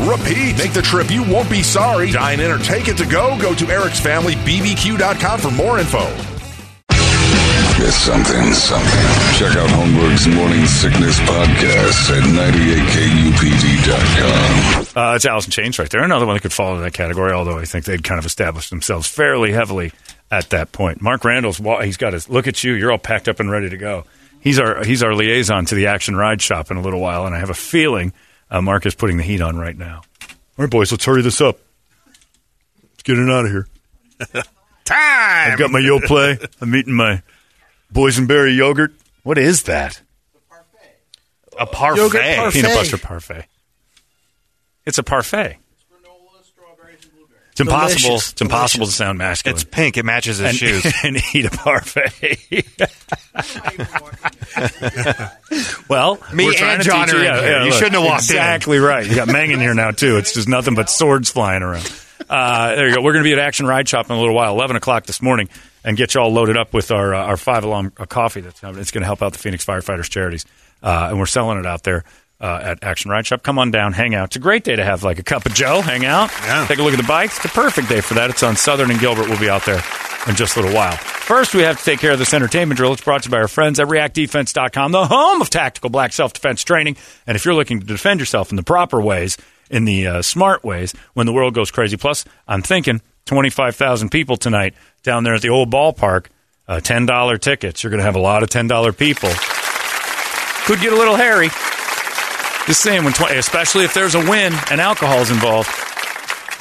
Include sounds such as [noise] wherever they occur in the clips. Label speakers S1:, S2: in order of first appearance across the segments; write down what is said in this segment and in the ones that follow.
S1: repeat. Make the trip, you won't be sorry. Dine in or take it to go. Go to ericsfamilybbq.com for more info.
S2: It's something, something. Check out Homeburg's Morning Sickness Podcast at 98kupd.com.
S3: Uh, it's Allison Chains right there. Another one that could fall into that category, although I think they'd kind of established themselves fairly heavily at that point. Mark Randall's, wa- he's got his, look at you, you're all packed up and ready to go. He's our, he's our liaison to the Action Ride Shop in a little while, and I have a feeling uh, Mark is putting the heat on right now. All right, boys, let's hurry this up. Let's get it out of here. [laughs] Time! I've got my yo play. I'm eating my boysenberry yogurt. What is that? A parfait.
S4: Yogurt parfait.
S3: Peanut butter parfait. It's a parfait. It's impossible.
S4: Delicious.
S3: It's impossible to sound masculine.
S5: It's pink. It matches his
S3: and,
S5: shoes.
S3: and eat a parfait. well,
S5: Me
S3: we're trying
S5: and
S3: to
S5: John
S3: teach
S5: are
S3: you,
S5: in here. You
S3: look,
S5: shouldn't have walked in.
S3: exactly right. You got Mang in here now too. It's just nothing but swords flying around. Uh, there you go. We're going to be at Action Ride Shop in a little while, eleven o'clock this morning, and get you all loaded up with our uh, our five alarm uh, coffee. That's it's going to help out the Phoenix firefighters charities, uh, and we're selling it out there. Uh, at Action Ride Shop. Come on down, hang out. It's a great day to have like a cup of Joe, hang out, take a look at the bikes. It's a perfect day for that. It's on Southern and Gilbert. We'll be out there in just a little while. First, we have to take care of this entertainment drill. It's brought to you by our friends at reactdefense.com, the home of tactical black self defense training. And if you're looking to defend yourself in the proper ways, in the uh, smart ways, when the world goes crazy, plus, I'm thinking 25,000 people tonight down there at the old ballpark, uh, $10 tickets. You're going to have a lot of $10 people. Could get a little hairy. Just saying, when tw- especially if there's a win and alcohol's involved,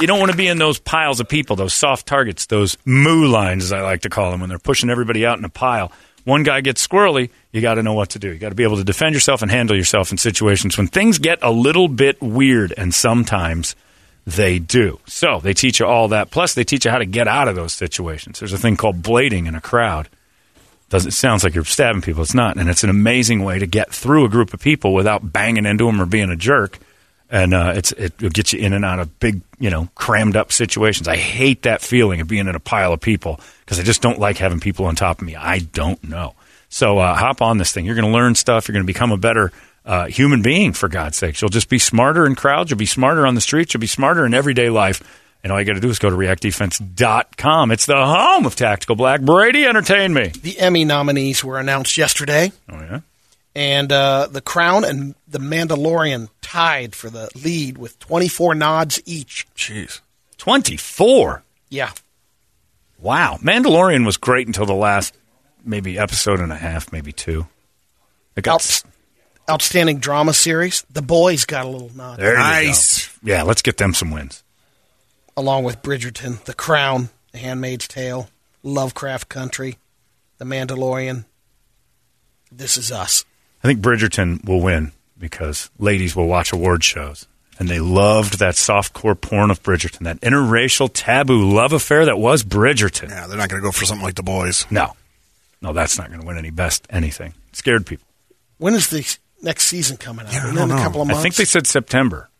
S3: you don't want to be in those piles of people, those soft targets, those moo lines, as I like to call them, when they're pushing everybody out in a pile. One guy gets squirrely, you got to know what to do. You got to be able to defend yourself and handle yourself in situations when things get a little bit weird, and sometimes they do. So they teach you all that. Plus, they teach you how to get out of those situations. There's a thing called blading in a crowd does it sounds like you're stabbing people it's not and it's an amazing way to get through a group of people without banging into them or being a jerk and uh, it's it'll get you in and out of big you know crammed up situations i hate that feeling of being in a pile of people because i just don't like having people on top of me i don't know so uh, hop on this thing you're going to learn stuff you're going to become a better uh, human being for god's sakes you'll just be smarter in crowds you'll be smarter on the streets you'll be smarter in everyday life and all you got to do is go to reactdefense.com it's the home of tactical black brady entertain me
S4: The Emmy nominees were announced yesterday,
S3: Oh yeah.
S4: and uh, The Crown and The Mandalorian tied for the lead with 24 nods each.
S5: Jeez.
S3: Twenty four.
S4: Yeah.
S3: Wow. Mandalorian was great until the last maybe episode and a half, maybe two. [laughs] It got
S4: Outs- outstanding drama series. The Boys got a little nod,
S3: there you go.
S5: Nice.
S3: Yeah, let's get them some wins.
S4: along with Bridgerton, The Crown, The Handmaid's Tale, Lovecraft Country, The Mandalorian, This Is Us.
S3: I think Bridgerton will win because ladies will watch award shows. And they loved that softcore porn of Bridgerton, that interracial taboo love affair that was Bridgerton.
S6: Yeah, they're not going to go for something like the boys.
S3: No. No, that's not going to win any best anything. Scared people.
S4: When is the s- next season coming out?
S6: Yeah, I
S4: Isn't it
S6: don't
S4: in a
S6: know.
S4: couple of months.
S3: I think they said September.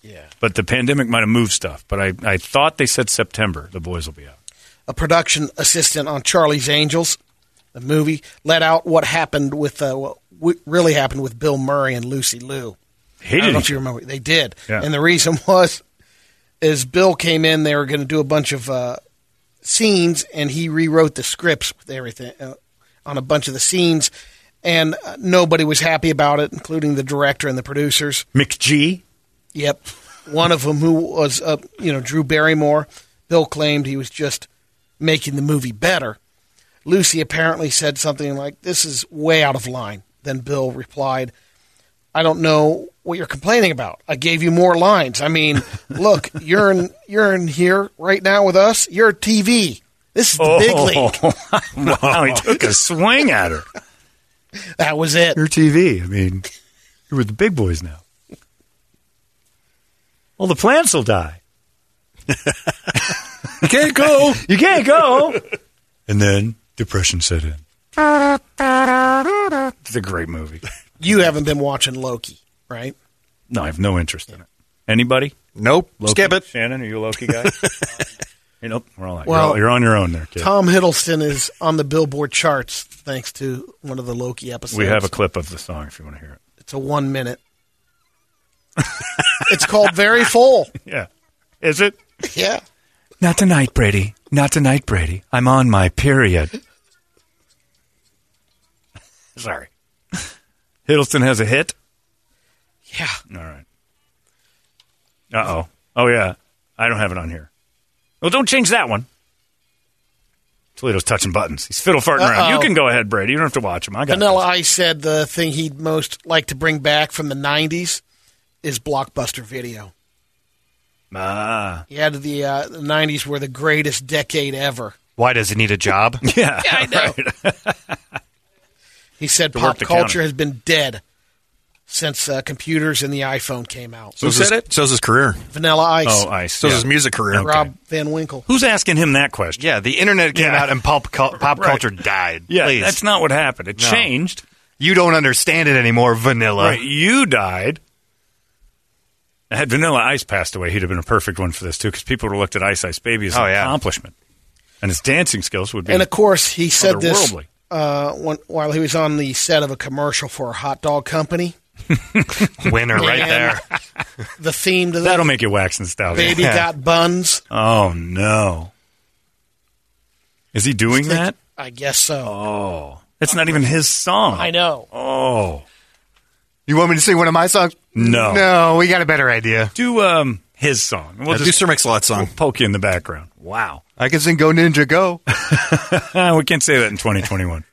S4: yeah.
S3: But the pandemic might have moved stuff. But I, I thought they said September. The boys will be out.
S4: a production assistant on Charlie's Angels, the movie, let out what happened with uh, what w- really happened with Bill Murray and Lucy Liu. I
S3: Hated
S4: don't know
S3: each
S4: if you remember. They did,
S3: Yeah.
S4: and the reason [laughs] was is Bill came in. They were going to do a bunch of uh, scenes, and he rewrote the scripts with everything uh, on a bunch of the scenes, and uh, nobody was happy about it, including the director and the producers. [laughs]
S3: McG.
S4: Yep. One of them who was, uh, you know, Drew Barrymore. Bill claimed he was just making the movie better. Lucy apparently said something like, This is way out of line. Then Bill replied, I don't know what you're complaining about. I gave you more lines. I mean, [laughs] look, you're in you're in here right now with us. You're TV. This is the big league. Oh,
S3: wow, [laughs] he took
S4: [laughs]
S3: a swing at her.
S4: That was it.
S3: Your TV. I mean, you're with the big boys now. Well, the plants will die. [laughs] you can't go. [laughs] You can't go. And then depression set in. It's a great movie.
S4: You haven't been watching Loki, right?
S3: No, I have no interest in it. Anybody?
S6: Nope. Skip it.
S3: Shannon, are you a Loki
S5: [laughs]
S3: guy? you know, we're all out. you're,
S4: Well,
S3: all- you're on your own there, kid.
S4: Tom Hiddleston is on the Billboard charts thanks to one of the Loki episodes.
S3: we have a clip of the song if you want to hear
S4: It's a one minute. it's called Very Full.
S3: it. [laughs] Yeah. Is it?
S4: Yeah.
S3: Not tonight, Brady. Not tonight, Brady. I'm on my
S4: [laughs]
S3: period. Sorry. Hiddleston has a hit.
S4: Yeah.
S3: All right. Uh oh. Oh, yeah. I don't have it on here. Well, don't change that one. Toledo's touching buttons. He's fiddle farting around. You
S4: Uh-oh.
S3: can go ahead, Brady. You don't have to watch him. I got
S4: Vanilla
S3: this.
S4: Ice said the thing he'd most like to bring back from the 90s is blockbuster video.
S3: Ah.
S4: He had the, uh, the 90s were the greatest decade ever.
S5: Why does he need
S3: [laughs]
S5: a job?
S3: Yeah.
S4: I know. [laughs] He said
S3: work
S4: pop
S3: the
S4: culture
S3: counter.
S4: has been dead since uh, computers and the iPhone came out.
S6: So said it? So's his career.
S4: Vanilla Ice,
S3: Oh, ice.
S6: So's
S3: yeah.
S6: his music career.
S4: Rob Van Winkle.
S3: Who's asking him that question?
S5: Yeah, the internet came
S3: Yeah.
S5: out and pop, cul- pop culture died.
S3: Yeah,
S5: Please.
S3: that's not what happened. It
S5: No.
S3: changed.
S5: you don't understand it anymore, [laughs] vanilla.
S3: Right, you died. Had Vanilla Ice passed away, he'd have been a perfect one for this too, because people would have looked at Ice Ice Baby as an
S5: Oh, yeah.
S3: accomplishment, and his dancing skills would be.
S4: And of course, he said this
S3: Otherworldly.
S4: uh, when, while he was on the set of a commercial for a hot dog company.
S5: Winner right
S4: And
S5: there.
S4: The theme to
S3: That'll
S4: that
S3: make you wax nostalgic.
S4: baby got buns.
S3: Oh no, is he doing that?
S4: I guess so.
S3: Oh, that's not even his song.
S4: I know.
S3: Oh
S5: You want me to sing one of my songs?
S3: no,
S5: No, we got a better idea.
S3: do um his song. We'll
S6: Yeah, do
S3: just
S6: Sir Mix-a-Lot song.
S3: poke you in the background. Wow.
S5: I can sing Go Ninja Go.
S3: Uh, we can't say that in 2021.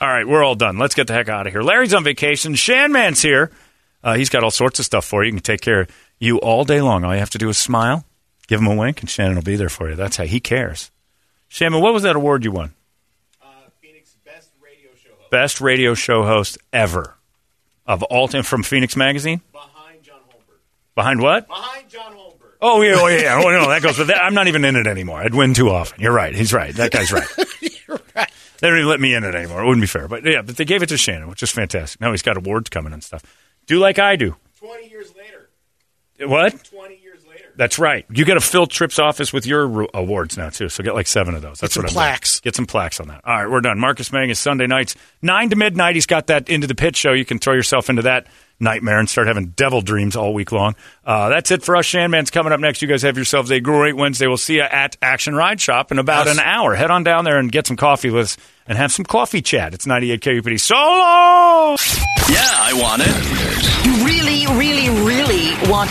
S3: all right, we're all done. Let's get the heck out of here. Larry's on vacation. Shanman's here. Uh, he's got all sorts of stuff for you. You can take care of you all day long. All you have to do is smile, give him a wink, and Shannon will be there for you. That's how he cares. Shannon, what was that award you won? Uh, Phoenix Best Radio Show Host. Best Radio Show Host ever. Of all time from Phoenix Magazine? Behind what? Behind John Holmberg. Oh yeah, oh yeah. Oh, no, that goes with that. I'm not even in it anymore. I'd win too often. You're right. He's right. That guy's right. You're right. They don't even let me in it anymore. It wouldn't be fair. But yeah, but they gave it to Shannon, which is fantastic. Now he's got awards coming and stuff. Do like I do.
S7: Twenty years later.
S3: What?
S7: Twenty years later.
S3: That's right. You got to fill Tripp's office with your ru- awards now too. So get like seven of those. That's
S4: some
S3: what I'm doing.
S4: plaques.
S3: Get some plaques on that. All right, we're done. Marcus Mang is Sunday nights nine to midnight. He's got that into the pit show. You can throw yourself into that nightmare and start having devil dreams all week long. Uh, that's it for us. Shanman's coming up next. You guys have yourselves a great Wednesday. We'll see you at Action Ride Shop in about an hour. Head on down there and get some coffee with us and have some coffee chat. It's 98 KUPD. So long.
S7: Yeah, I want it.
S8: You really, really, really want